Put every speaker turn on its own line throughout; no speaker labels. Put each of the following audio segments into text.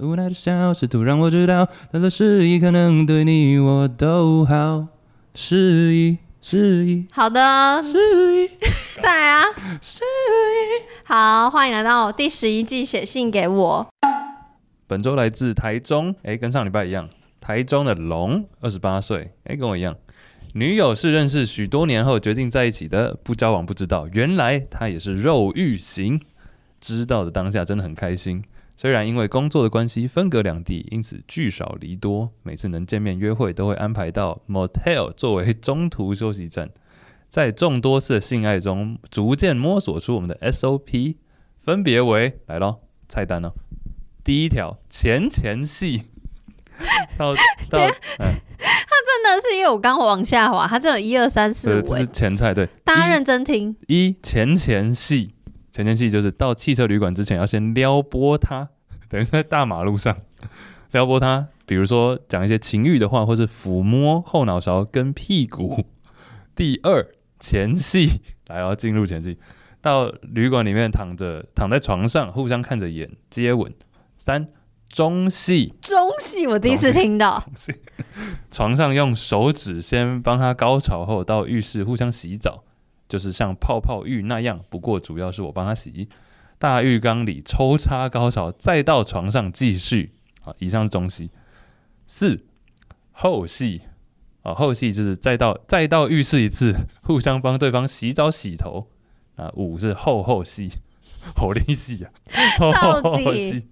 无奈的笑，试图让我知道，他的示意可能对你我都好。示意，示意，
好的，
示意，
再来啊！好，欢迎来到第十一季，写信给我。
本周来自台中，哎、跟上礼拜一样，台中的龙，二十八岁，哎、跟我一样。女友是认识许多年后决定在一起的，不交往不知道，原来她也是肉欲型。知道的当下真的很开心，虽然因为工作的关系分隔两地，因此聚少离多，每次能见面约会都会安排到 motel 作为中途休息站。在众多次的性爱中，逐渐摸索出我们的 SOP，分别为来咯，菜单哦。第一条前前戏，到呃到
真的是因为我刚往下滑，它只有一二三四
呃，
五
这，是
哎
前菜对。
大家
一
认真听。
一前前戏，前前戏就是到汽车旅馆之前要先撩拨他， 等于是在大马路上撩拨他，比如说讲一些情欲的话，或是抚摸后脑勺跟屁股。第二前戏来了，进入前戏，到旅馆里面躺着躺在床上，互相看着眼接吻。三中戏，
中戏我第一次听到，
床上用手指先帮他高潮后，到浴室互相洗澡，就是像泡泡浴那样，不过主要是我帮他洗。大浴缸里抽插高潮，再到床上继续。啊，以上是中戏。四后戏啊，后戏就是再到再到浴室一次，互相帮对方洗澡洗头。啊，五是后后戏，吼力戏啊，后
到底
后后戏。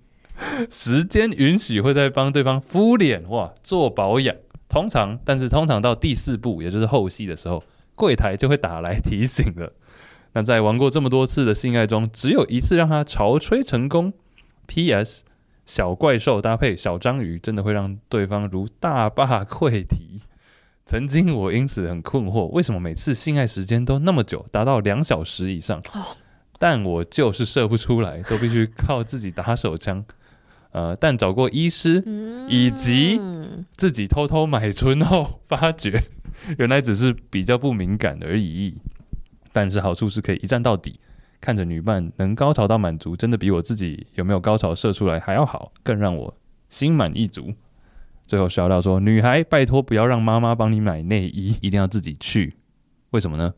时间允许会再帮对方敷脸哇，做保养。通常，但是通常到第四步，也就是后戏的时候，柜台就会打来提醒了。那在玩过这么多次的性爱中，只有一次让他潮吹成功。P.S. 小怪兽搭配小章鱼，真的会让对方如大坝溃堤。曾经我因此很困惑，为什么每次性爱时间都那么久，达到两小时以上？但我就是射不出来，都必须靠自己打手枪。呃，但找过医师，
嗯
以及自己偷偷买春后，发觉原来只是比较不敏感而已。但是好处是可以一站到底，看着女伴能高潮到满足，真的比我自己有没有高潮射出来还要好，更让我心满意足。最后小廖说：“女孩，拜托不要让妈妈帮你买内衣，一定要自己去。为什么呢？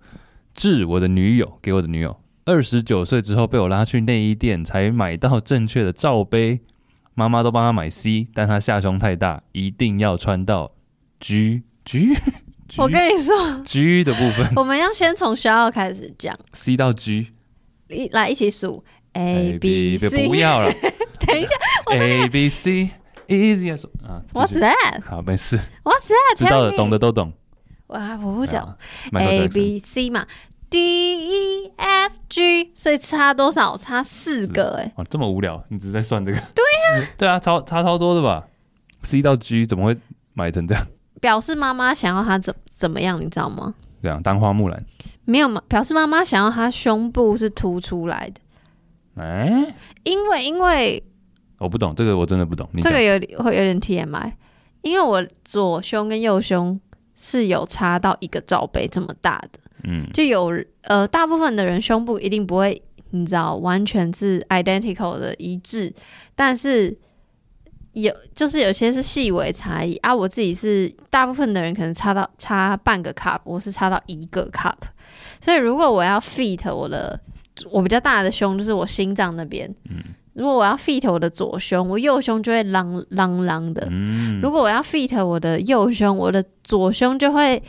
致我的女友，给我的女友，二十九岁之后被我拉去内衣店，才买到正确的罩杯。妈妈都帮她买 C，但她下胸太大，一定要穿到 G G。
我跟你 说，
G 的部分
我们要先从学校开始讲，
，C 到 G
一来一起数 A B
B
C。
不要了
等一下
，A B C easy 啊继
，What's
续
that？What's
好没 事，
that？
知道的
Tell me
懂的。都懂。
哇，我不懂。
哎呀 Michael
A
Jackson
B C 嘛，D E F G，所以差多少？差四个哎、
哦，这么无聊，你只是在算这个？对呀、 对啊，超差超多的吧？C 到 G 怎么会买成这样？
表示妈妈想要他怎怎么样，你知道吗？
这样当花木兰？
没有嘛，表示妈妈想要他胸部是凸出来的，
哎、
因为因为
我不懂这个，我真的不懂。你
这
讲
个有点会有点 TMI，因为我左胸跟右胸是有差到一个罩杯这么大的，
嗯，
就有呃大部分的人胸部一定不会，你知道完全是 identical 的一致，但是有就是有些是细微差异啊。我自己是大部分的人可能差到差半个 cup，我是差到一个 cup，所以如果我要 fit 我的我比较大的胸，就是我心脏那边，如果我要 fit 我的左胸，我右胸就会啷啷啷的，
嗯
如果我要 fit 我的右胸，我的左胸就会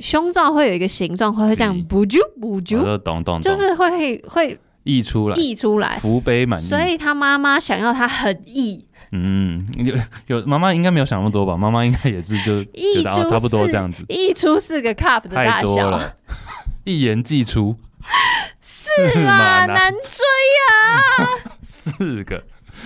胸罩会有一个形状，会会这
是
样补啾补
我
啾，
都懂懂懂，
就是会会
溢出来，
溢出来。
福杯满溢。
所以他妈妈想要他很溢，
嗯，有有妈妈应该没有想那么多吧？妈妈应该也是就觉
溢
得啊
出
差不多
四
这样子，
溢出四个 cup 的
太
大
多
小，
了，一言既出。是 吗？
哇，难追啊！
四个，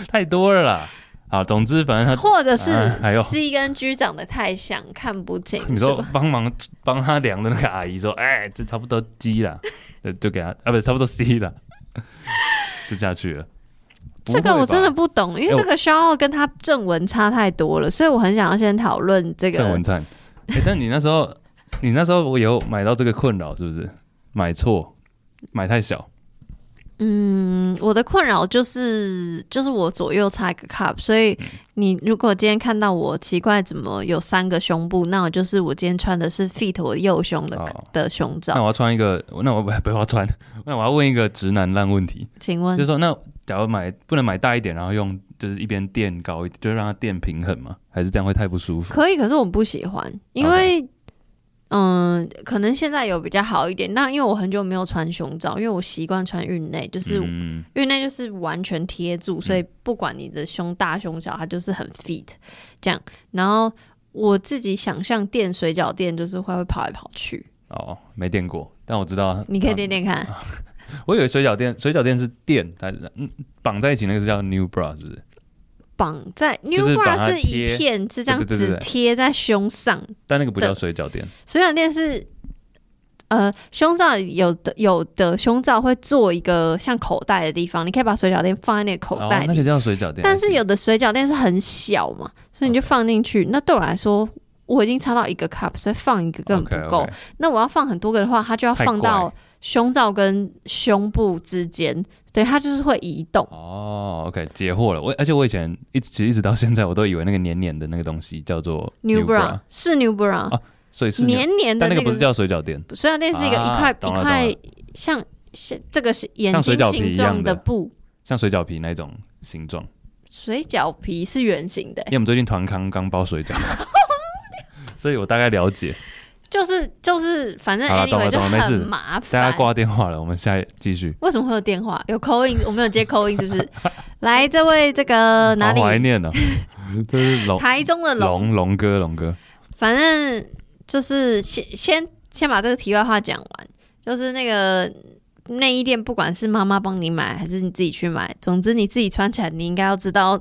太多了啦。好，总之反正
或者是
啊哎呦
C 跟 G 长得太像，看不清
他，你
是
说
吧？
帮忙帮他量的那个阿姨说，哎、这差不多 G 啦，呃就给他啊，不，差不多 C 啦， 就下去了。不
这
会
个我
吧
真的不懂，因
哎
为
我
这个消耗跟他正文差太多了，所以我很想要先讨论这
郑
个
文。灿，哎、但你那时候你那时候我有买到这个困扰是不是？买错，买太小，
嗯，我的困扰就是就是我左右差一个 cup，所以你如果今天看到我奇怪怎么有三个胸部，那我就是我今天穿的是 fit 我右胸的、
哦
的胸罩
那。我要穿一个，那我不不要穿，那我要问一个直男烂问题，
请
就
问
是说，那假如买不能买大一点，然后用就是一边垫高一点，就是让它垫平衡嘛，还是这样会太不舒服？
可以，可是我不喜欢，因为嗯，可能现在有比较好一点。那因为我很久没有穿胸罩，因为我习惯穿运内，就是
嗯，
运内就是完全贴住，所以不管你的胸大胸小，它就是很 fit 这样。然后我自己想象垫水饺垫就是会会跑来跑去，
哦，没垫过，但我知道，啊
你可以垫垫看。
我以为水饺垫，水饺垫是垫，它嗯绑在一起那个是叫 new bra 是不是？
绑在 New
就是把
Bra
它
是
贴
一片，是这样
对对对
子
对
贴在胸上。
但那个不叫
对
水饺垫，
水饺垫是，呃，胸罩有的有的胸罩会做一个像口袋的地方，你可以把水饺垫放在那个口
哦
袋，
那
里。
个叫水饺垫。
但是有的水饺垫是很小嘛，所以你就放进去。那对我来说，我已经插到一个 cup，所以放一个根本不够。
o k
那我要放很多个的话，它就要
太
放到
怪
胸罩跟胸部之间，对，它就是会移动。
哦，OK，解惑了。我而且我以前一直其实一直到现在，我都以为那个黏黏的那个东西叫做
New bra 是 New bra，、
哦所以是黏，
黏黏
但
的
那
那
个
个
不是叫水饺垫。
水饺垫是一个一块、
啊懂了
一块像像这个是眼
像水
睛
饺皮
形
一样
状
的
的布，
像水饺皮那种形状。
水饺皮是圆形的、
因为我们最近团康刚包水饺，所以我大概了解。
就是就是反正
好啦懂了
anyway 就
懂了没
很
事
麻
大
烦
家。挂电话了，我们下一继续。
为什么会有电话？有 call in，我没有接 call in 是不是？来，这位这个 哪
好怀
里？
念哦，哦这是龙
台中的龙，
龙龙哥龙哥，
反正就是先先先把这个题外话讲完，就是那个内衣店，不管是妈妈帮你买还是你自己去买，总之你自己穿起来，你应该要知道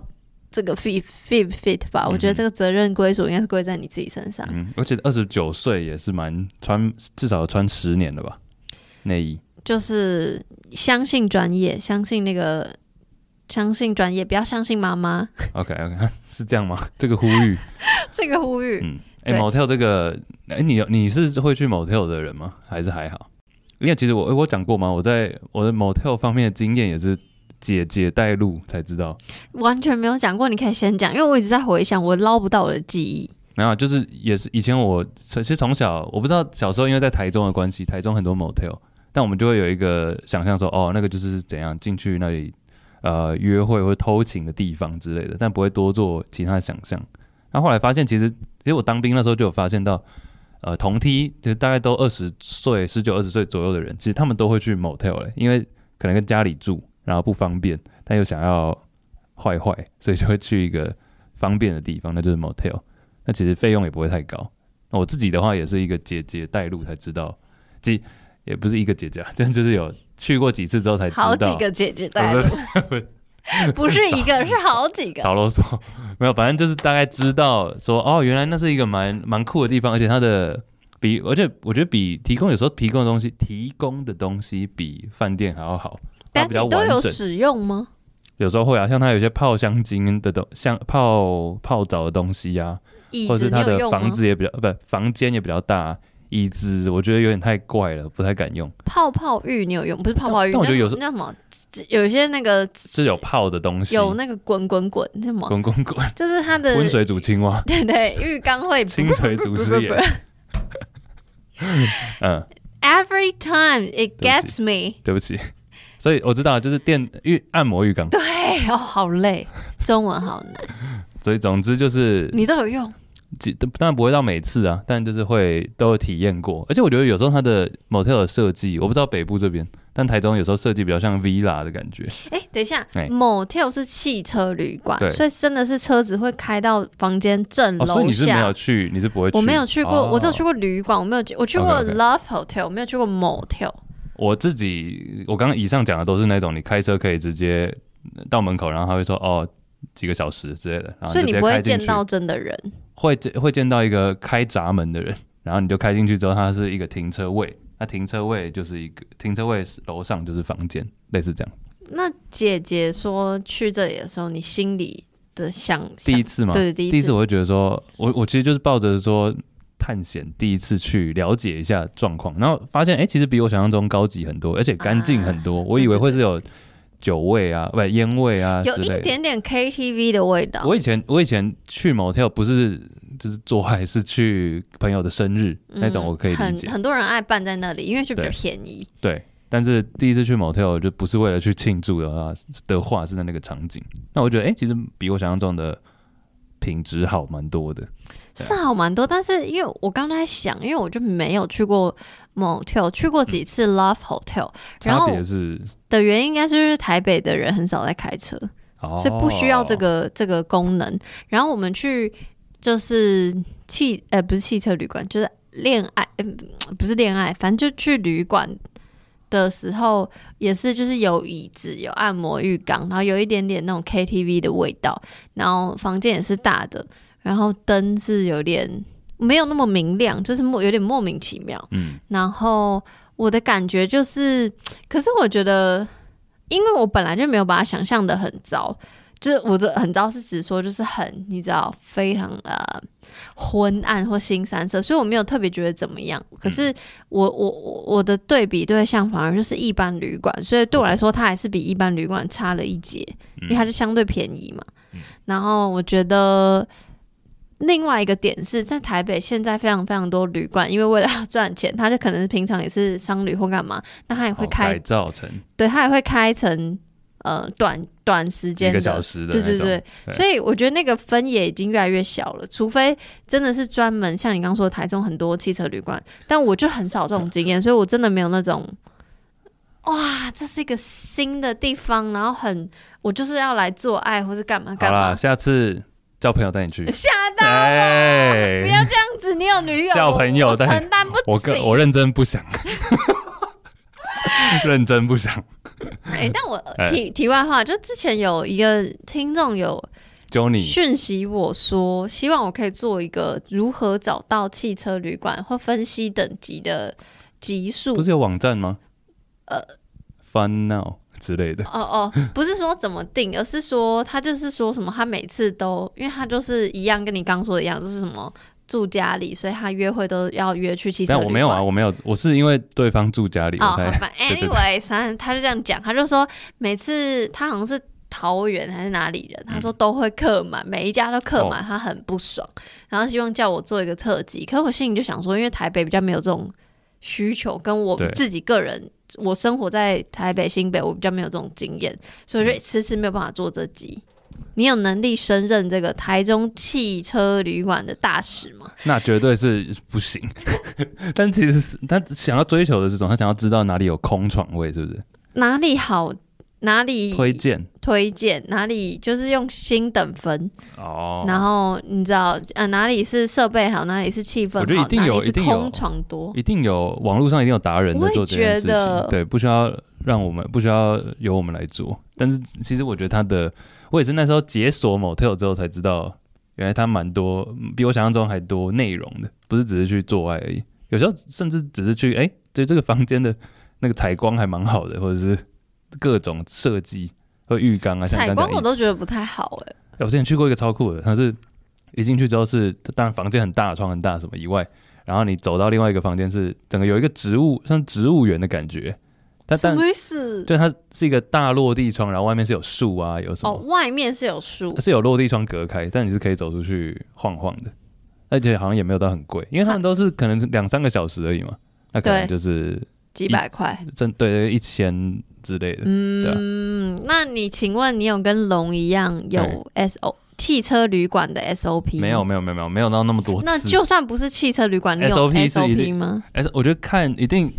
这个 fit fit fit 吧。
嗯
我觉得这个责任归属应该是归在你自己身上。
嗯，而且二十九岁也是蛮穿，至少穿十年了吧，内衣。
就是相信专业，相信那个，相信专业，不要相信妈妈
OK OK，是 这样吗？这个呼吁，
这个呼吁。
嗯，哎、
对
m o t e l 这个，哎、你你是会去 motel 的人吗？还是还好？因为其实我哎我讲过嘛，我在我的 motel 方面的经验也是姐姐带路才知道。
完全没有讲过，你可以先讲，因为我一直在回想，我捞不到我的记忆。
没有，就是也是以前我其实从小我不知道小时候因为在台中的关系，台中很多 motel，但我们就会有一个想象说，哦，那个就是怎样进去那里呃约会或者偷情的地方之类的，但不会多做其他的想象。然后后来发现，其实其实我当兵那时候就有发现到，呃，同梯就是大概都二十岁、十九、二十岁左右的人，其实他们都会去 motel 嘞，因为可能跟家里住，然后不方便，但又想要坏坏，所以就会去一个方便的地方，那就是 motel。那其实费用也不会太高。那我自己的话也是一个姐姐带路才知道，即也不是一个姐姐啊， 但就是有去过几次之后才知道。
好几个姐姐带路， 不是一个，是好几个。
少啰嗦，没有，反正就是大概知道说，哦，原来那是一个蛮蛮酷的地方，而且它的比，而且我觉得比提供有时候提供的东西，提供的东西比饭店还要好，它
但
比较
你都
完
有
整。
使用吗？
有时候会啊，像它有些泡香精的东，像泡泡澡的东西啊，
椅
或者
子
是
你
它
有
的
用
房
吗？
子也比较，呃不，房间也比较大。椅子我觉得有点太怪了，不太敢用，
泡泡浴你有用？不是泡泡浴，
但但我觉得有时
那什么，有些那个
是有泡的东西，
有那个滚滚滚，那什么，
滚滚滚，
就是它 的
温水煮青蛙，
对对，浴缸会
清水煮
不
师
不
爷
不，
嗯，
Every time it
对不
gets me，
对不起，所以我知道就是电浴按摩浴缸，
对哦，好累，中文好难。
所以总之就是
你都有用，
几当然不会到每次啊，但就是会都有体验过。而且我觉得有时候它的 motel 的设计，我不知道北部这边，但台中有时候设计比较像 villa 的感觉，
哎，等一下
哎
，motel 是汽车旅馆
对，
所以真的是车子会开到房间正
哦，所以
楼
你是没
下
有。去，你是不会去，
我没有去过，
哦
我只有去过旅馆，我没有去，我去过
OK，OK
Love Hotel，我没有去过 motel。
我自己，我刚刚以上讲的都是那种你开车可以直接到门口，然后他会说哦几个小时之类的，然后
所
啊就
以你
直接
不会
开进
见
去
到真的人，
会见会见到一个开闸门的人， 然后你就开进去之后，它是一个停车位，那停车位就是一个停车位是楼上就是房间，类似这样。
那姐姐说去这里的时候，你心里的想
第一
想，
次嘛，
对，第
第一
一
次
次，
我会觉得说，我我其实就是抱着说探险，第一次去了解一下状况，然后发现哎、诶其实比我想象中高级很多，而且干净很
啊
多。我以为会是有酒味啊，不烟味啊
有
之
一
类的。
点点 KTV 的味道。
我以前我以前去 motel 不是就是做爱，是去朋友的生日、那种，
嗯
我可以理解
很。很多人爱办在那里，因为就比较
对
便宜。
对，但是第一次去 motel 就不是为了去庆祝的话的话，是在那个场景。那我觉得，哎、其实比我想象中的品质好蛮多的。对
是好蛮多，但是因为我刚才想，因为我就没有去过 motel，去过几次 love hotel，、
差
然后
别是，
的原因应该是就是台北的人很少在开车，
哦、
所以不需要这个这个功能。然后我们去就是汽呃不是汽车旅馆，就是恋爱、呃不是恋爱，反正就去旅馆的时候也是就是有椅子、有按摩浴缸，然后有一点点那种 KTV 的味道，然后房间也是大的，然后灯是有点没有那么明亮，就是莫有点莫名其妙。
嗯，
然后我的感觉就是，可是我觉得，因为我本来就没有把它想象的很糟，就是我的很糟是指说就是很你知道非常呃昏暗或新三色，所以我没有特别觉得怎么样。可是我我我我的对比对象反而就是一般旅馆，所以对我来说它还是比一般旅馆差了一截，因为它就相对便宜嘛。然后我觉得另外一个点是在台北，现在非常非常多旅馆，因为为了要赚钱，他就可能平常也是商旅或干嘛，那他也会
哦
开，
改造成
对他也会开成呃短短时
一
间
个
的，
小时的
对
那
对
种，
对，
对
所以我觉得那个分野已经越来越小了，除非真的是专门像你刚说的台中很多汽车旅馆，但我就很少这种经验，所以我真的没有那种。哇，这是一个新的地方，然后很，我就是要来做爱或是干嘛
好
干嘛
啦，，下次叫朋友带你去。
吓到
哎、
不要这样子，你有女友，
叫朋友
我我
但
承担不起。
我跟我认真不想， 认真不想。
哎、但我
哎
题题外话，就之前有一个听众有
Johnny，
讯息我说，希望我可以做一个如何找到汽车旅馆或分析等级的级数
不。是有网站吗？
呃
，Fun Now 之类的。
哦哦，不是说怎么定，而是说他就是说什么，他每次都，因为他就是一样跟你刚说的一样，就是什么住家里，所以他约会都要约去汽车
但
旅馆。
我没有啊，我没有，我是因为对方住家里，
哦，
我才
好烦。
对对
Anyway，反正他就这样讲，他就说每次他好像是桃园还是哪里人，他说
嗯
都会客满，每一家都客
哦
满，他很不爽，然后希望叫我做一个特辑。可我心里就想说，因为台北比较没有这种需求，跟我
对
自己个人，我生活在台北新北，我比较没有这种经验，
嗯
所以我就迟迟没有办法做这集。你有能力升任这个台中汽车旅馆的大使吗？
那绝对是不行。 但其实是他想要追求的是这种，他想要知道哪里有空床位，是不是？
哪里好？哪里
推荐
推荐哪里，就是用星等分，
哦
然后你知道呃哪里是设备好，哪里是气氛好，
我觉得一定有
哪里是
一定有
空床多，
一定有网络上一定有达人在做这件事
我也觉得
情，对，不需要让我们不需要由我们来做。但是其实我觉得他的，我也是那时候解锁 motel 之后才知道，原来他蛮多嗯比我想象中还多内容的，不是只是去做爱而已。有时候甚至只是去哎，对这个房间的那个采光还蛮好的，或者是各种设计和浴缸啊，像
采
刚
光
刚
我
讲
都觉得不太好哎、
欸我之前去过一个超酷的，它是一进去之后是，当然房间很大，床很大什么以外，然后你走到另外一个房间是整个有一个植物，像植物园的感觉。它
什
但
么意思？
就它是一个大落地窗，然后外面是有树啊，有什
哦，
么、呃
外面是有树，
是有落地窗隔开，但你是可以走出去晃晃的，而且好像也没有到很贵，因为他们都是可能两三个小时而已嘛，那可能
啊对
就是
几百块。
真对一千之类的，对啊
嗯，那你请问你有跟龙一样有 S O 汽车旅馆的 S O P
没有？没有没有没有没有到那么多次，
那就算不是汽车旅馆，你有
SOP 是
S O
一
P
定
吗？
哎，我觉得看一定，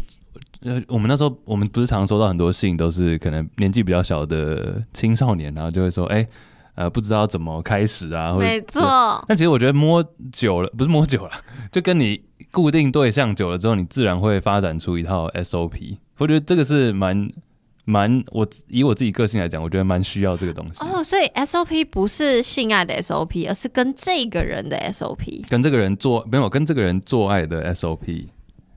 呃，我们那时候我们不是常收到很多信，都是可能年纪比较小的青少年，然后就会说，哎、呃，不知道怎么开始啊，或者
没错，
但其实我觉得摸久了，不是摸久了，就跟你固定对象久了之后，你自然会发展出一套 SOP。我觉得这个是蛮蛮，我以我自己个性来讲，我觉得蛮需要这个东西，
哦，所以 S O P 不是性爱的 S O P，而是跟这个人的 S O P。
跟这个人做没有跟这个人做爱的 SOP。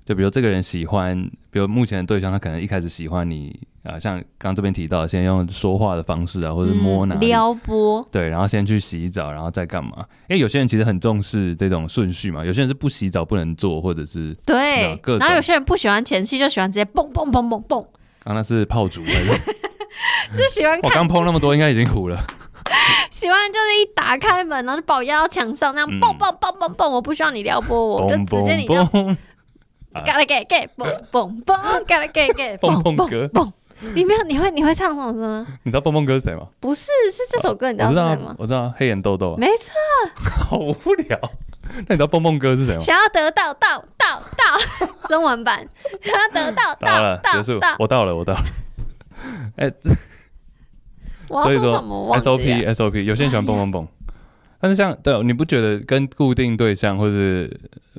就比如这个人喜欢，比如目前的对象，他可能一开始喜欢你啊、呃像刚这边提到的，先用说话的方式啊，或者摸哪
嗯
里，
撩拨，
对，然后先去洗澡，然后再干嘛？因为有些人其实很重视这种顺序嘛，有些人是不洗澡不能做，或者是那
对
各。种
然后有些人不喜欢前戏，就喜欢直接蹦蹦蹦蹦蹦，
刚那是泡竹 还是？
就喜欢
我
看，
刚碰那么多，应该已经糊了。
喜欢就是一打开门，然后就把我压到墙上，
嗯
那样蹦蹦蹦蹦蹦，我不需要你撩拨 我，我就直接你这样
嘣 啊
嘎啦给给蹦蹦蹦，嘎啦给给
蹦蹦
蹦蹦
歌
蹦。你没有？你会你会唱这种歌吗？
你知道蹦蹦哥是谁吗？
不是，是这首歌，你知
我
道
知
是
道啊
什么？，
我知道啊，黑眼豆豆啊，
没错，
好无聊。那你知道蹦蹦哥是谁吗？
想要得到到到到，中文版，想要得到
到
到
了，结
到
束
到，，
我到了，我到了。哎、
我要
所以
说
说
什么？我忘记啊
SOP
了。
SOP，有些人喜欢蹦蹦蹦，但是像对哦，你不觉得跟固定对象或是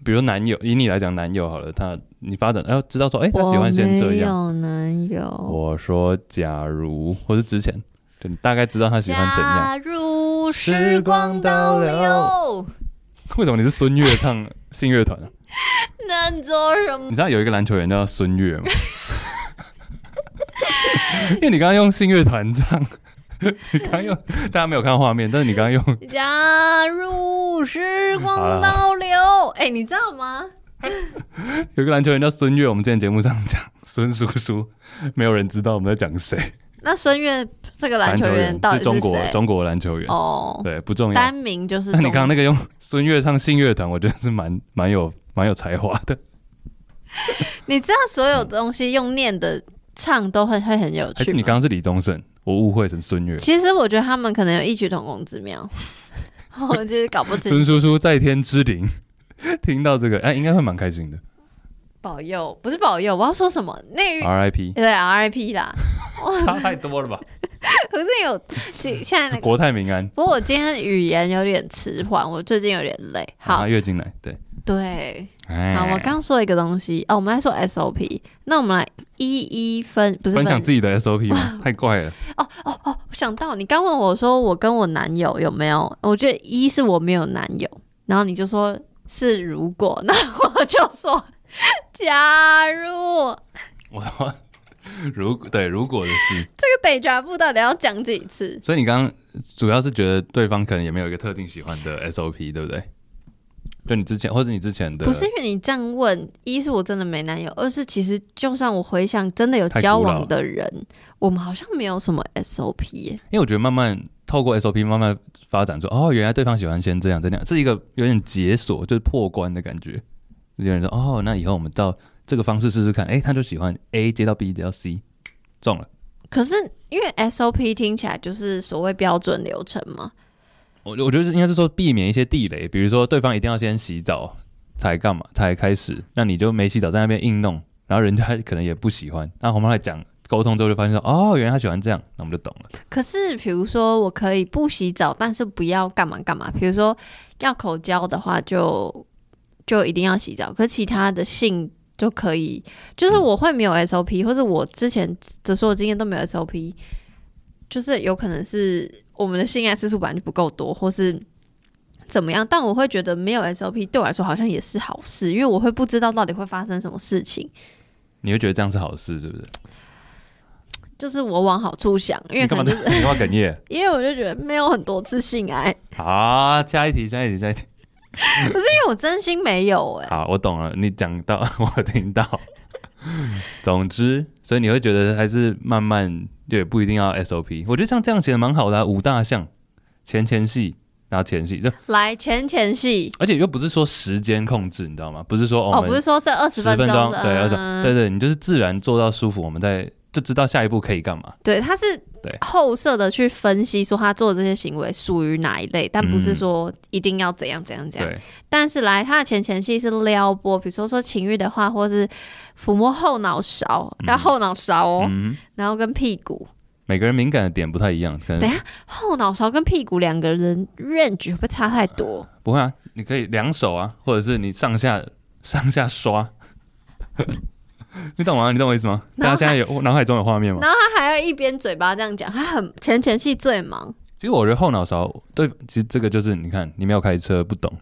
比如男友，以你来讲男友好了，他你发展，然、后知道说，哎、他喜欢先这样。
我没有男友。
我说，假如或是之前，就你大概知道他喜欢怎样。
假如
时
时
光
光
倒
倒
流
流，
为什么你是孙悦唱信乐团、啊？
能做什么
你？知道有一个篮球员叫孙悦吗？ 因为你刚刚用信乐团唱，你刚刚用大家没有看画面，但是你刚刚用
假如时光倒流，哎、你知道吗？
有一个篮球员叫孙悦，我们之前节目上讲孙叔叔， 没有人知道我们在讲谁。
那孙悦这个篮球员到底
是中国
谁？
中国篮球员，
哦，
对，不重要
单。名就是
那
中
你刚刚那个用孙悦唱信乐团，我觉得是蛮蛮有蛮有才华的，
你知道所有东西用念的唱都很会很有
还
趣
是
吗
你刚刚是李宗盛？我误会成孙悦。
其实我觉得他们可能有异曲同工之 妙，我就是搞不
孙
清。
叔叔在天之灵， 听到这个哎，应该会蛮开心的。
保佑不是保佑，我要说什么？那
R.I.P.
对 RIP 啦，
差太多了吧？
可是有这现在那个。
国泰民安，
不过我今天语言有点迟缓，我最近有点累。好，
啊月经来，对，
对，
哎
好，我刚说一个东西哦，我们在说 SOP，那我们来一一分，不是
分享自
己。
己的 S.O.P. 吗？太怪了，
我想到你刚问我说我跟我男友有没有，我觉得一是我没有男友，然后你就说是如果，那我就说假如
我说。 如对，如果的事，
这个北抓部到底要讲几次？
所以你刚刚主要是觉得对方可能也没有一个特定喜欢的 SOP，对不对？就你之前或者你之前的，
不是因为你这样问，一是我真的没男友，二是其实就算我回想真的有交往的人，我们好像没有什么 SOP 耶、
因为我觉得慢慢透过 SOP 慢慢发展出，哦，原来对方喜欢先这样再那样，是一个有点解锁，就是破关的感觉。有人说，哦，那以后我们到这个方式试试看，诶，他就喜欢 A 接到 B 接到 C，中了。
可是因为 SOP 听起来就是所谓标准流程嘛，
我我觉得是应该是说避免一些地雷，比如说对方一定要先洗澡才干嘛才开始，那你就没洗澡在那边硬弄，然后人家 可能也不喜欢。那我们来讲沟通之后就发现说，哦，原来他喜欢这样，那我们就懂了。
可是比如说我可以不洗澡，但是不要干嘛干嘛，比如说要口交的话就就一定要洗澡，可其他的性就可以，就是我会没有 SOP，或者我之前的所有经验都没有 SOP，就是有可能是我们的性爱次数本来就不够多，或是。怎么样？但我会觉得没有 SOP 对我来说好像也是好事，因为我会不知道到底会发生什么事情。
你会觉得这样是好事，是不是？
就是我往好处想，因为
你
可
干嘛
能
呢？
就是
你干嘛哽咽？
因为我就觉得没有很多次性爱，
好，下一题，下一题，下一题。
因哎为我真心没有哎、
好，我懂了，你讲到 我听到。总之，所以你会觉得还是慢慢也不一定要 SOP。我觉得像这样写的蛮好的、啊，五大项，前前戏，然后前戏，就
来前前戏
而且又不是说时间控制，你知道吗？不是说
哦，
我
不是
们
说这二十
十
分
分
钟
钟，
的，
对，二十
嗯
对对，你就是自然做到舒服，我们再就知道下一步可以干嘛。
对，他是
对
后设的去分析说他做的这些行为属于哪一类，但不是说一定要怎样怎样怎样。
嗯对，
但是来他的前前戏是撩拨，比如说说情欲的话，或是抚摸后脑勺，要后脑勺哦，
嗯，
然后跟屁股，
每个人敏感的点不太一样，可
等
能
一下后脑勺跟屁股两个人 range 会不会差太多？
不会啊，你可以两手啊，或者是你上下 上下刷， 你懂吗？你懂我意思吗？大
脑
家
海
现在有脑海中有画面吗？
然后他还要一边嘴巴这样讲，他很前前戏最忙。
其实我觉得后脑勺对，其实这个就是你看，你没有开车不懂，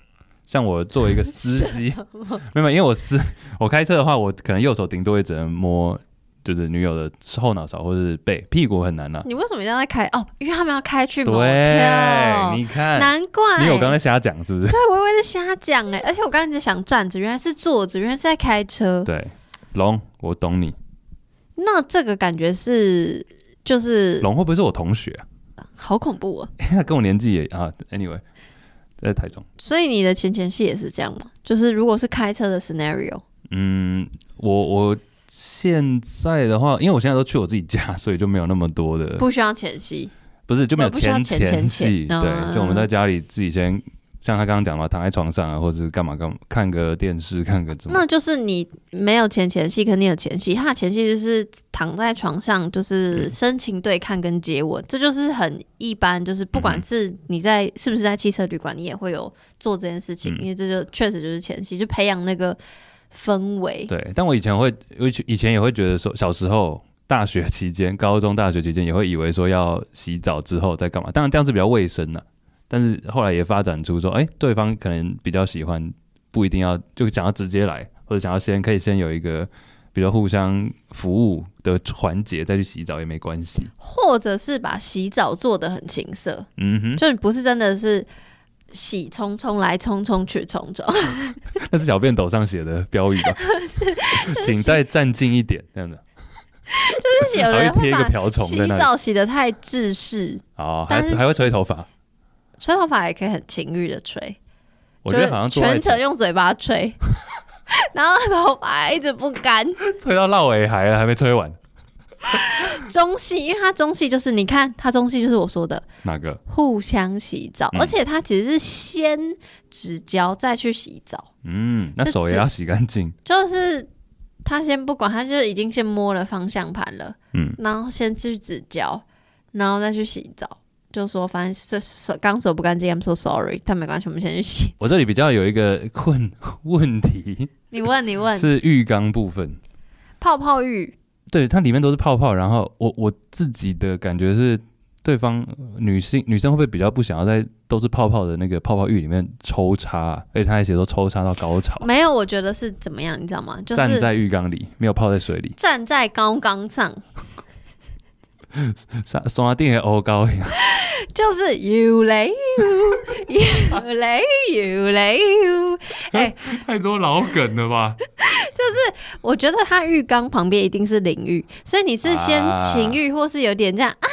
像我作为一个司 机， 没有，没有因为我司 我开车的话，我可能右手顶多也只能摸，就是女友的后脑勺或是背，屁股很难了、啊
你为什么一定要在开？哦，因为他们要开去 motel，
对，你看，
难怪。
你有刚才瞎讲是不 是？
对，我以为是瞎讲哎，而且我刚才一直想站着，原来是坐着，原来是在开车。
对，龙，我懂你。
那这个感觉是就是
龙会不会是我同学啊？
好恐怖哦。
他跟我年纪也啊，anyway，在台中。
所以你的前前戏也是这样吗？就是如果是开车的 scenario，
嗯，我我现在的话，因为我现在都去我自己家，所以就没有那么多的，不
不需要前戏，
是就没有
不需要前
前戏。
前
对，就我们在家里自己先，像他刚刚讲嘛，躺在床上啊，或者是干嘛干嘛，看个电视，看个怎么
那。就是你没有前前戏，肯定有前戏。他的前戏就是躺在床上，
嗯
就是深情对看跟接吻，这就是很一般。就是不
嗯
管是你在、是不是在汽车旅馆，你也会有做这件事情，
嗯
因为这就确实就是前戏，就培养那个氛围。
对，但我以前会，我以前也会觉得说，小时候、大学期间、高中、大学期间也会以为说要洗澡之后再干嘛，当然这样是比较卫生的、但是后来也发展出说，哎、对方可能比较喜欢，不一定要就想要直接来，或者想要先可以先有一个比较互相服务的环节，再去洗澡也没关系。
或者是把洗澡做得很情色，
嗯哼，
就你不是真的是洗冲冲来冲冲去冲 冲，
那是小便斗上写的标 语吧？请再站近一点，这样子，
就是有
嗯还
人
会贴
会
一个
把
瓢虫在
洗
那里。
澡洗得太制式，
哦，还
但是
还会吹头发，
吹头发也可以很情欲的吹，
我觉得好像
就
做爱
全
前
程用嘴巴吹， 然后头发一直不干。
吹到落尾还还没吹完，
中戏，因为它中戏就是你看它中戏就是我说的
哪个？
互相洗澡，
嗯
而且它其实是先指交再去洗澡，
嗯，那
就
手也
只
要洗干净。
就是他先不管，他就已经先摸了方向盘了，
嗯，
然后先去指交，然后再去洗澡。就说反正这手刚手不干净，I'm so sorry，但没关系，我们先去洗。
我这里比较有一个困问题
你问，你问，
是浴缸部分，
泡泡浴
对，它里面都是泡泡。然后我我自己的感觉是，对方女性女生会不会比较不想要在都是泡泡的那个泡泡浴里面抽插啊、而且他还写说抽插到高潮，
没有，我觉得是怎么样，你知道吗？就是
站在浴缸里，没有泡在水里，
站在高岗上，
刷刷电也欧高一样。
就是 you 雷 you you 雷 you 雷 you。
太多老梗了吧？
我觉得它浴缸旁边一定是淋浴，所以你是先
啊
情欲，或是有点这样啊。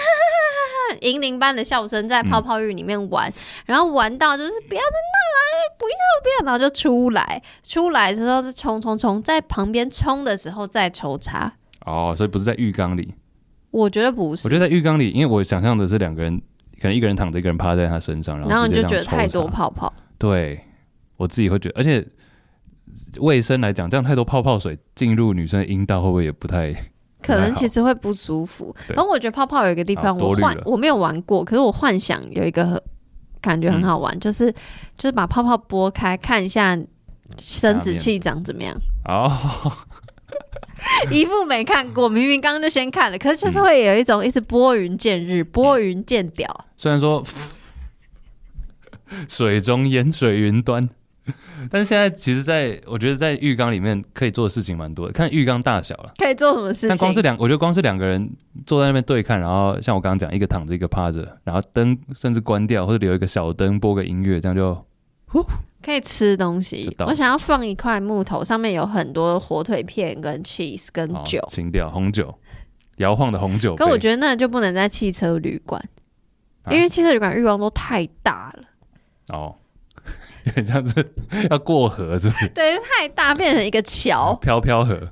银铃般的笑声在泡泡浴里面玩，然后玩到就是不要在那了，不要不要，然后就出来，出来之后是冲冲冲，在旁边冲的时候再抽插，
哦，所以不是在浴缸里，
我觉得不
我
是，
觉得在浴缸里，因为我想象的是两个人，可能一个人躺着，一个人趴在他身上，
然后
直
你
接这
就觉
样
得太
抽
多
插
泡泡，
对，我自己会觉得，而且卫生来讲，这样太多泡泡水进入女生的阴道，会不会也不太？
可能
还好
其实会不舒服。
对
然后我觉得泡泡有一个地
啊
方，我
多虑
幻
了
我没有玩过，可是我幻想有一个很感
嗯
觉很好玩，就是就是把泡泡拨开，看一下生殖器长怎么样。
哦，
一副没 看过，明明刚刚就先看了，可是就是会有一种一直拨云见日、
嗯
拨云见屌。
虽然说水中烟，水云端。但是现在其实在我觉得在浴缸里面可以做的事情蛮多的，看浴缸大小了。
可以做什么事
但光是
情？
两，我觉得光是两个人坐在那边对看，然后像我刚刚讲，一个躺着，一个趴着，然后灯甚至关掉，或者留一个小灯，播个音乐，这样就
可以吃东
知
西。
道
我想要放一块木头，上面有很多火腿片、跟 cheese、跟
哦
酒。
清掉红酒，摇晃的红酒杯。
可我觉得那就不能在汽车旅馆，
啊
因为汽车旅馆欲望都太大了。
哦， 有点像是要过河，是不是？
对，太大变成一个桥。
飘飘河，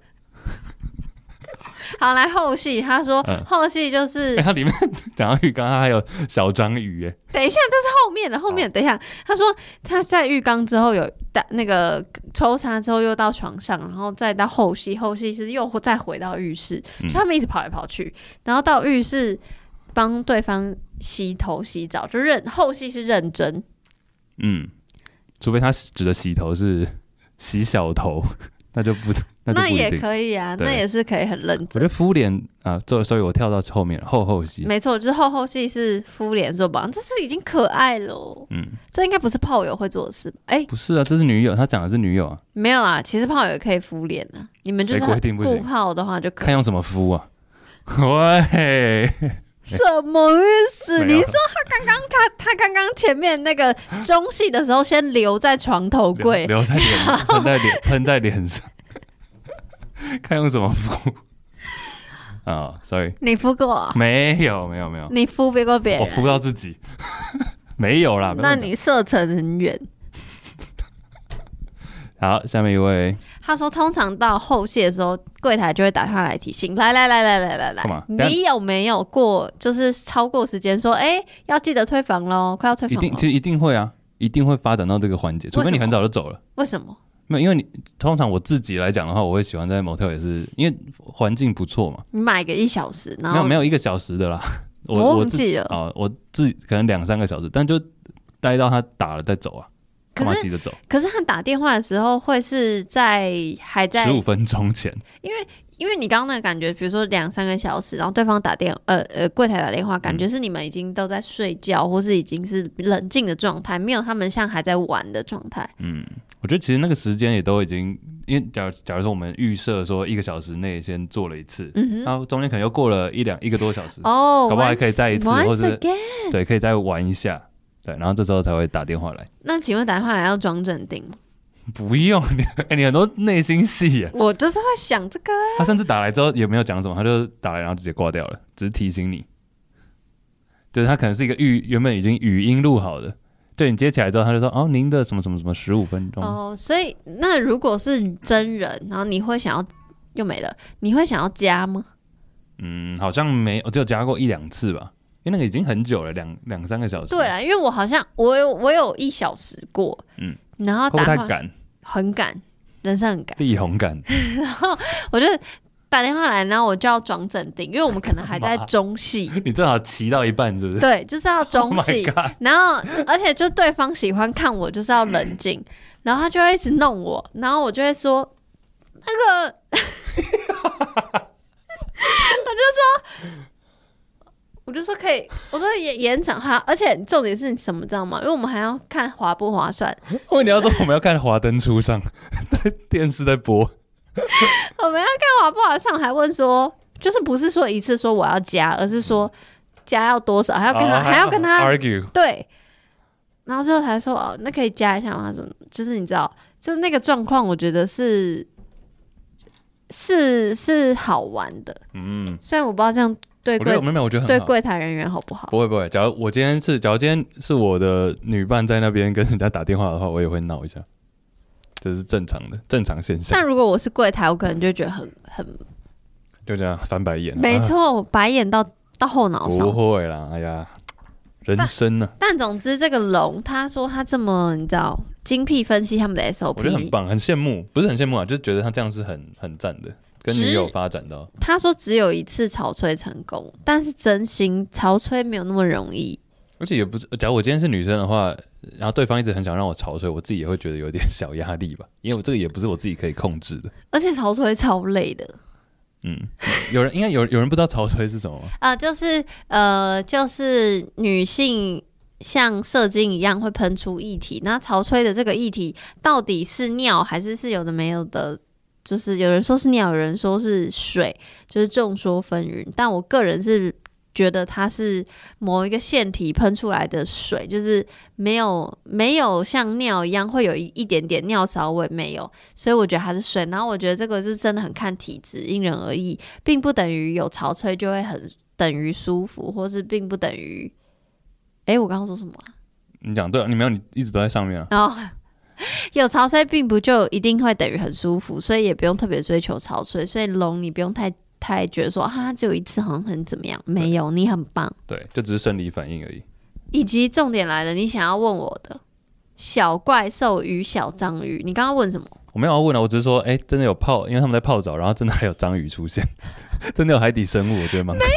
好，来后戏，他说、
嗯
后戏就是
哎、它里面讲到浴缸，它还有小章鱼，哎，
等一下，这是后面的，后面等一下，他说他在浴缸之后有打那个抽查之后又到床上，然后再到后戏，后戏是又再回到浴室，
嗯
就他们一直跑来跑去，然后到浴室帮对方洗头洗澡，就认后戏是认真。
嗯，除非它指的洗头是洗小头，那就不那就
那
不一
也
定。
可以啊，
对
那也是可以很认
我觉得
真。
敷脸啊，所所以我跳到后面后后戏，
没错，就是厚厚系是敷脸做保养，这是已经可爱了。哦
嗯，
这应该不是炮友会做的事吧？哎、
不是啊，这是女友，他讲的是女友啊，
没有啊，其实炮友也可以敷脸啊。你们就是
谁规定不
顾
行
炮的话就可
看
以。
用什么敷啊。 喂，
什么意思？
没有
你说他他刚刚前面那个中戏的时候，先留在床头柜，
留留在 脸，喷在脸，喷在脸上， 看用什么敷 啊、s o r r y
你敷过啊？
没有没有没有，
你敷别过别
嗯我
人？
敷到自己， 没有啦。不要
那
乱讲
你射程很远。
好，下面一位
他说，通常到后戏的时候，柜台就会打电话来提醒，来来来来来来
干嘛
来，
等下
你有没有过就是超过时间说，哎、要记得退房喽，快要退
一
房
定其
喽？
实一定会啊，一定会发展到这个环节，除非你很早就走了。
为什么？
没有，因为你通常我自己来讲的话，我会喜欢在 motel 也是因为环境不错嘛，
你买个一小时，然
没有
后哦
没有一个小时的啦， 我
我
我
忘
自己
记了。
啊、我自己可能两三个小时，但就待到他打了再走啊，
可
干嘛
是
急着走？
可是他打电话的时候，会是在还在
十，五分钟前，
因为你刚刚那个感觉，比如说两三个小时，然后对方打电呃呃
嗯
柜台打电话，感觉是你们已经都在睡觉，或是已经是冷静的状态，没有他们像还在玩的状态。
嗯我觉得其实那个时间也都已经，因为假如假如说我们预设说一个小时内先做了一次，
嗯哼，
然后中间可能又过了一两一个多小时，
哦，
搞不好还
once-
可以再一次
once
或是
again
对，可以再玩一下，对，然后这时候才会打电话来。
那请问打电话来要装镇定吗？
不用你，哎、你很多内心戏耶。
我就是会想这个，
他甚至打来之后也没有讲什么，他就打来然后直接挂掉了，只是提醒你。就是他可能是一个预原本已经语音录好的，对你接起来之后，他就说哦，您的什么什么什么十五分钟，
哦，所以那如果是真人，然后你会想要又没了，你会想要加吗？
嗯，好像没，我只有加过一两次吧，因为那个已经很久了，两两三个小时，
对，啊，因为我好像我有我有一小时过，
嗯，
然
会
后
不会
打
太
电话
赶，
很赶，人生很赶，
力宏赶，
我就打电话来，然后我就要装镇定，因为我们可能还 在
干嘛
中戏，
你正好骑到一半是不 是
对，就是 要
？Oh
中
my
戏，
god！
然后，而且就对方喜欢看我，就是要冷静，然后他就会一直弄我，然后我就会说那个， 我就说，我就说可以，我说延延长哈，而且重点是你什么知道吗？因为我们还要看划不划算，
因为你要说我们要看《华灯初上》， 在电视在播，
我们要看划不划算，还问说，就是不是说一次说我要加，而是说加要多少，还要跟他，
哦
还要跟他
argue，
对，然后最后才说哦，那可以加一下吗？他说就是你知道，就是那个状况，我觉得是是是好玩的，
嗯。
虽然我不知道这样对
我觉得哦
柜
没有没有，我觉得
对
很好。
柜台人员好不好。
不会不会，假如我今天是，假如今天是我的女伴在那边跟人家打电话的话，我也会闹一下，这是正常的，正常现象
但。如果我是柜台，我可能就觉得很很
就这样翻白眼，
没
啊、
错，我白眼到到后脑
不
勺。
会啦，哎呀，人生啊呢、
但总之，这个龙他说他这么你知道精辟分析他们的
我觉得很
SOP，
棒，很羡慕，不是很羡慕啊，就是觉得他这样是很很赞的，跟
只
女友发展到
他说只有一次潮吹成功，但是真心潮吹没有那么容易。
而且也不是，假如我今天是女生的话，然后对方一直很想让我潮吹，我自己也会觉得有点小压力吧，因为我这个也不是我自己可以控制的。
而且潮吹超累的，
嗯，有人应该有有人不知道潮吹是什么吗？
啊，就是呃，就是女性像射精一样会喷出液体，那潮吹的这个液体到底是尿还是是有的没有的？就是有人说是尿，有人说是水，就是众说纷纭。但我个人是觉得它是某一个腺体喷出来的水，就是没有没有像尿一样会有一一点点尿骚味，没有，所以我觉得它是水。然后我觉得这个是真的很看体质，因人而异，并不等于有潮吹就会很等于舒服，或是并不等于。诶，我刚刚说什么啊、
你讲对了，你没有，你一直都在上面啊。
然后 有潮吹，并不就一定会等于很舒服，所以也不用特别追求潮吹。所以龙，你不用太太觉得说哈、啊，只有一次好像很怎么样，没有，你很棒。
对，就只是生理反应而已。
以及重点来了，你想要问我的小怪兽与小章鱼，你刚刚问什么？
我没有要问啊，我只是说，哎、真的有泡，因为他们在泡澡，然后真的还有章鱼出现， 真的有海底生物，我觉得蛮没有。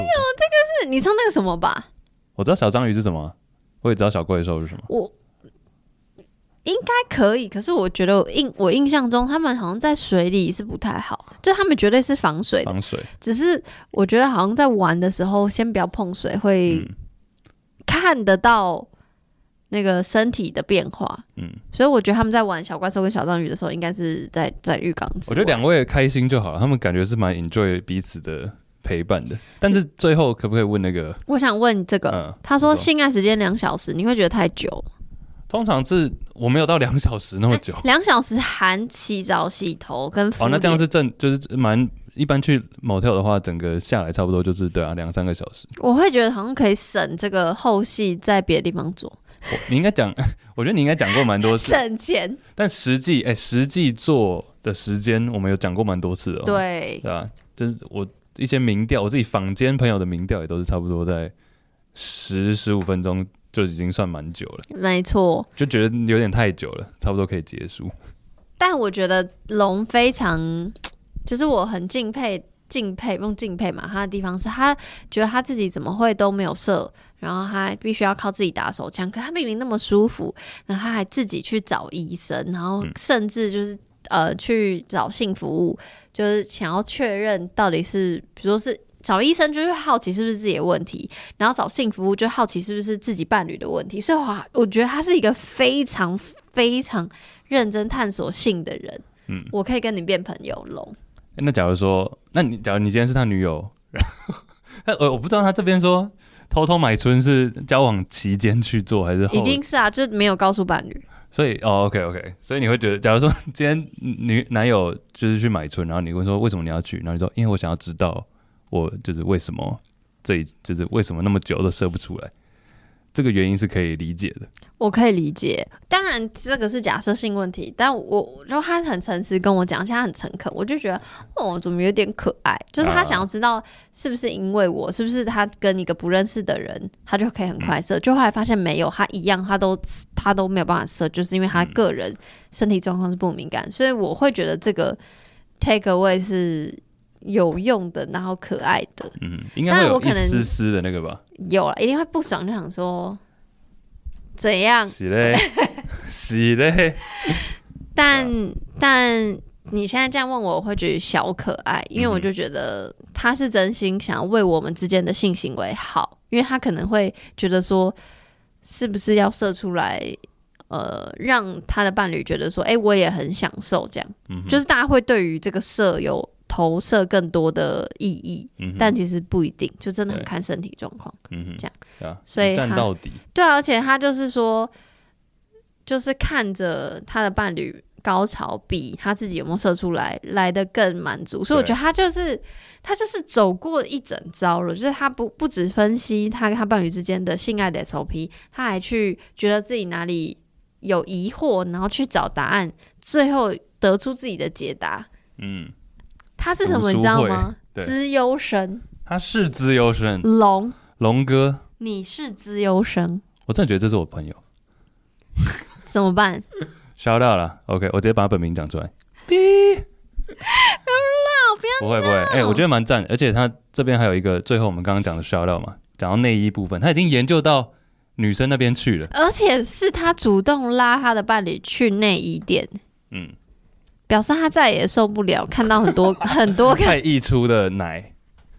是你唱那个什么吧？
我知道小章鱼是什么啊，我也知道小怪兽是什么。
我该可以，可是我觉得我印我印象中他们好像在水里是不太好，就他们绝对是防水的，
防水，
只是我觉得好像在玩的时候先不要碰水，会
嗯
看得到那个身体的变化。
嗯，
所以我觉得他们在玩小怪兽跟小章鱼的时候，应该是在在浴缸之
我觉得
外
两位开心就好了，他们感觉是蛮 enjoy 彼此的陪伴的。但是最后可不可以问那个？
我想问这个，
嗯，
他说
你
性爱时间两小时，你会觉得太久？
通常是我没有到两小时那么久。
两小时含洗澡、洗头跟敷
哦，那这样
脸
是正，就是蛮一般去 motel 的话，整个下来差不多就是对啊，两三个小时。
我会觉得好像可以省这个后戏在别的地方做，
我你应该讲， 我觉得你应该讲过蛮多次，
省钱。
但实际哎、实际做的时间我们有讲过蛮多次的、哦。
对，
对啊，就是我一些民调，我自己坊间朋友的民调也都是差不多在十十五分钟就已经算蛮久了，
没错。
就觉得有点太久了，差不多可以结束。
但我觉得龙非常，就是我很敬佩敬佩用敬佩嘛，他的地方是他觉得他自己怎么会都没有射，然后他必须要靠自己打手枪，可他明明那么舒服，然后他还自己去找医生，然后甚至就是。呃，去找性服务，就是想要确认到底是，比如说是找医生，就是好奇是不是自己的问题，然后找性服务就好奇是不是自己伴侣的问题。所以我，我觉得他是一个非常非常认真探索性的人，
嗯
我可以跟你变朋友龙。
欸那假如说，那你假如你今天是他女友， 然后那我我不知道他这边说偷偷买春是交往期间去做还是后
一，定是啊，就是没有告诉伴侣，
所以哦，OK OK，所以你会觉得，假如说 今天女男友就是去买春，然后你问说为什么你要去，然后你说因为我想要知道我就是为什么这一就是为什么那么久都射不出来，这个原因是可以理解的。
我可以理解。当然，这个是假设性问题，但我然后他很诚实跟我讲，而且他很诚恳，我就觉得哦，怎么有点可爱？就是他
啊
想要知道是不是因为我，是不是他跟一个不认识的人，他就可以很快射？就后来发现没有，他一样，他都他都没有办法射，就是因为他个人身体状况是不敏感，所以我会觉得这个 take away 是有用的，然后可爱的。
嗯，应该
当
会
然
有
我可
一
能
丝丝的那个吧，
有了，一定会不爽，就想说怎样？
洗嘞，
嗯
洗嘞，
但、
啊
但你现在这样问我，我会觉得小可爱，因为我
嗯
就觉得他是真心想要为我们之间的性行为好，因为他可能会觉得说，是不是要射出来？呃，让他的伴侣觉得说，哎、我也很享受这样，
嗯哼
就是大家会对于这个射有投射更多的意义，
嗯哼
但其实不一定，就真的很
对
看身体状况。
嗯哼，
这样
对啊，
所以
一站
他
到底。
对啊，而且他就是说，就是看着他的伴侣高潮比他自己有没有射出来来的更满足，所以我
对
觉得他就是他就是走过一整招了，就是他不不只分析他跟他伴侣之间的性爱的 SOP，他还去觉得自己哪里有疑惑，然后去找答案，最后得出自己的解答。
嗯，
他是什
读
么，
书
你知道
会
吗？
对
资优生
他是资优生，
龙，
龙哥，
你是资优生，
我真的觉得这是我朋友
怎么办？
，shout out 啦，OK，我直接把他本名讲出来，不会不会，哎、我觉得蛮赞，而且他这边还有一个，最后我们刚刚讲的 shout out 嘛，讲到内衣部分，他已经研究到女生那边去了，
而且是他主动拉他的伴侣去内衣店，
嗯，
表示他再也受不了看到 很多很多个，
太溢出的奶，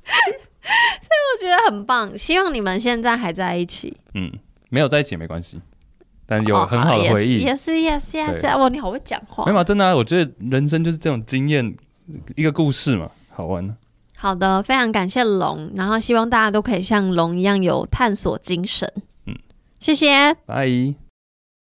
我觉得很棒。希望你们现在还在一起，
嗯，没有在一起也没关系，但有
哦
很好的回忆，
也是 yes yes
对
yes。哇，你好会讲话
没。有嘛真的、啊，我觉得人生就是这种经验，一个故事嘛，好玩。啊
好的，非常感谢龙，然后希望大家都可以像龙一样有探索精神。
嗯
谢谢。
拜。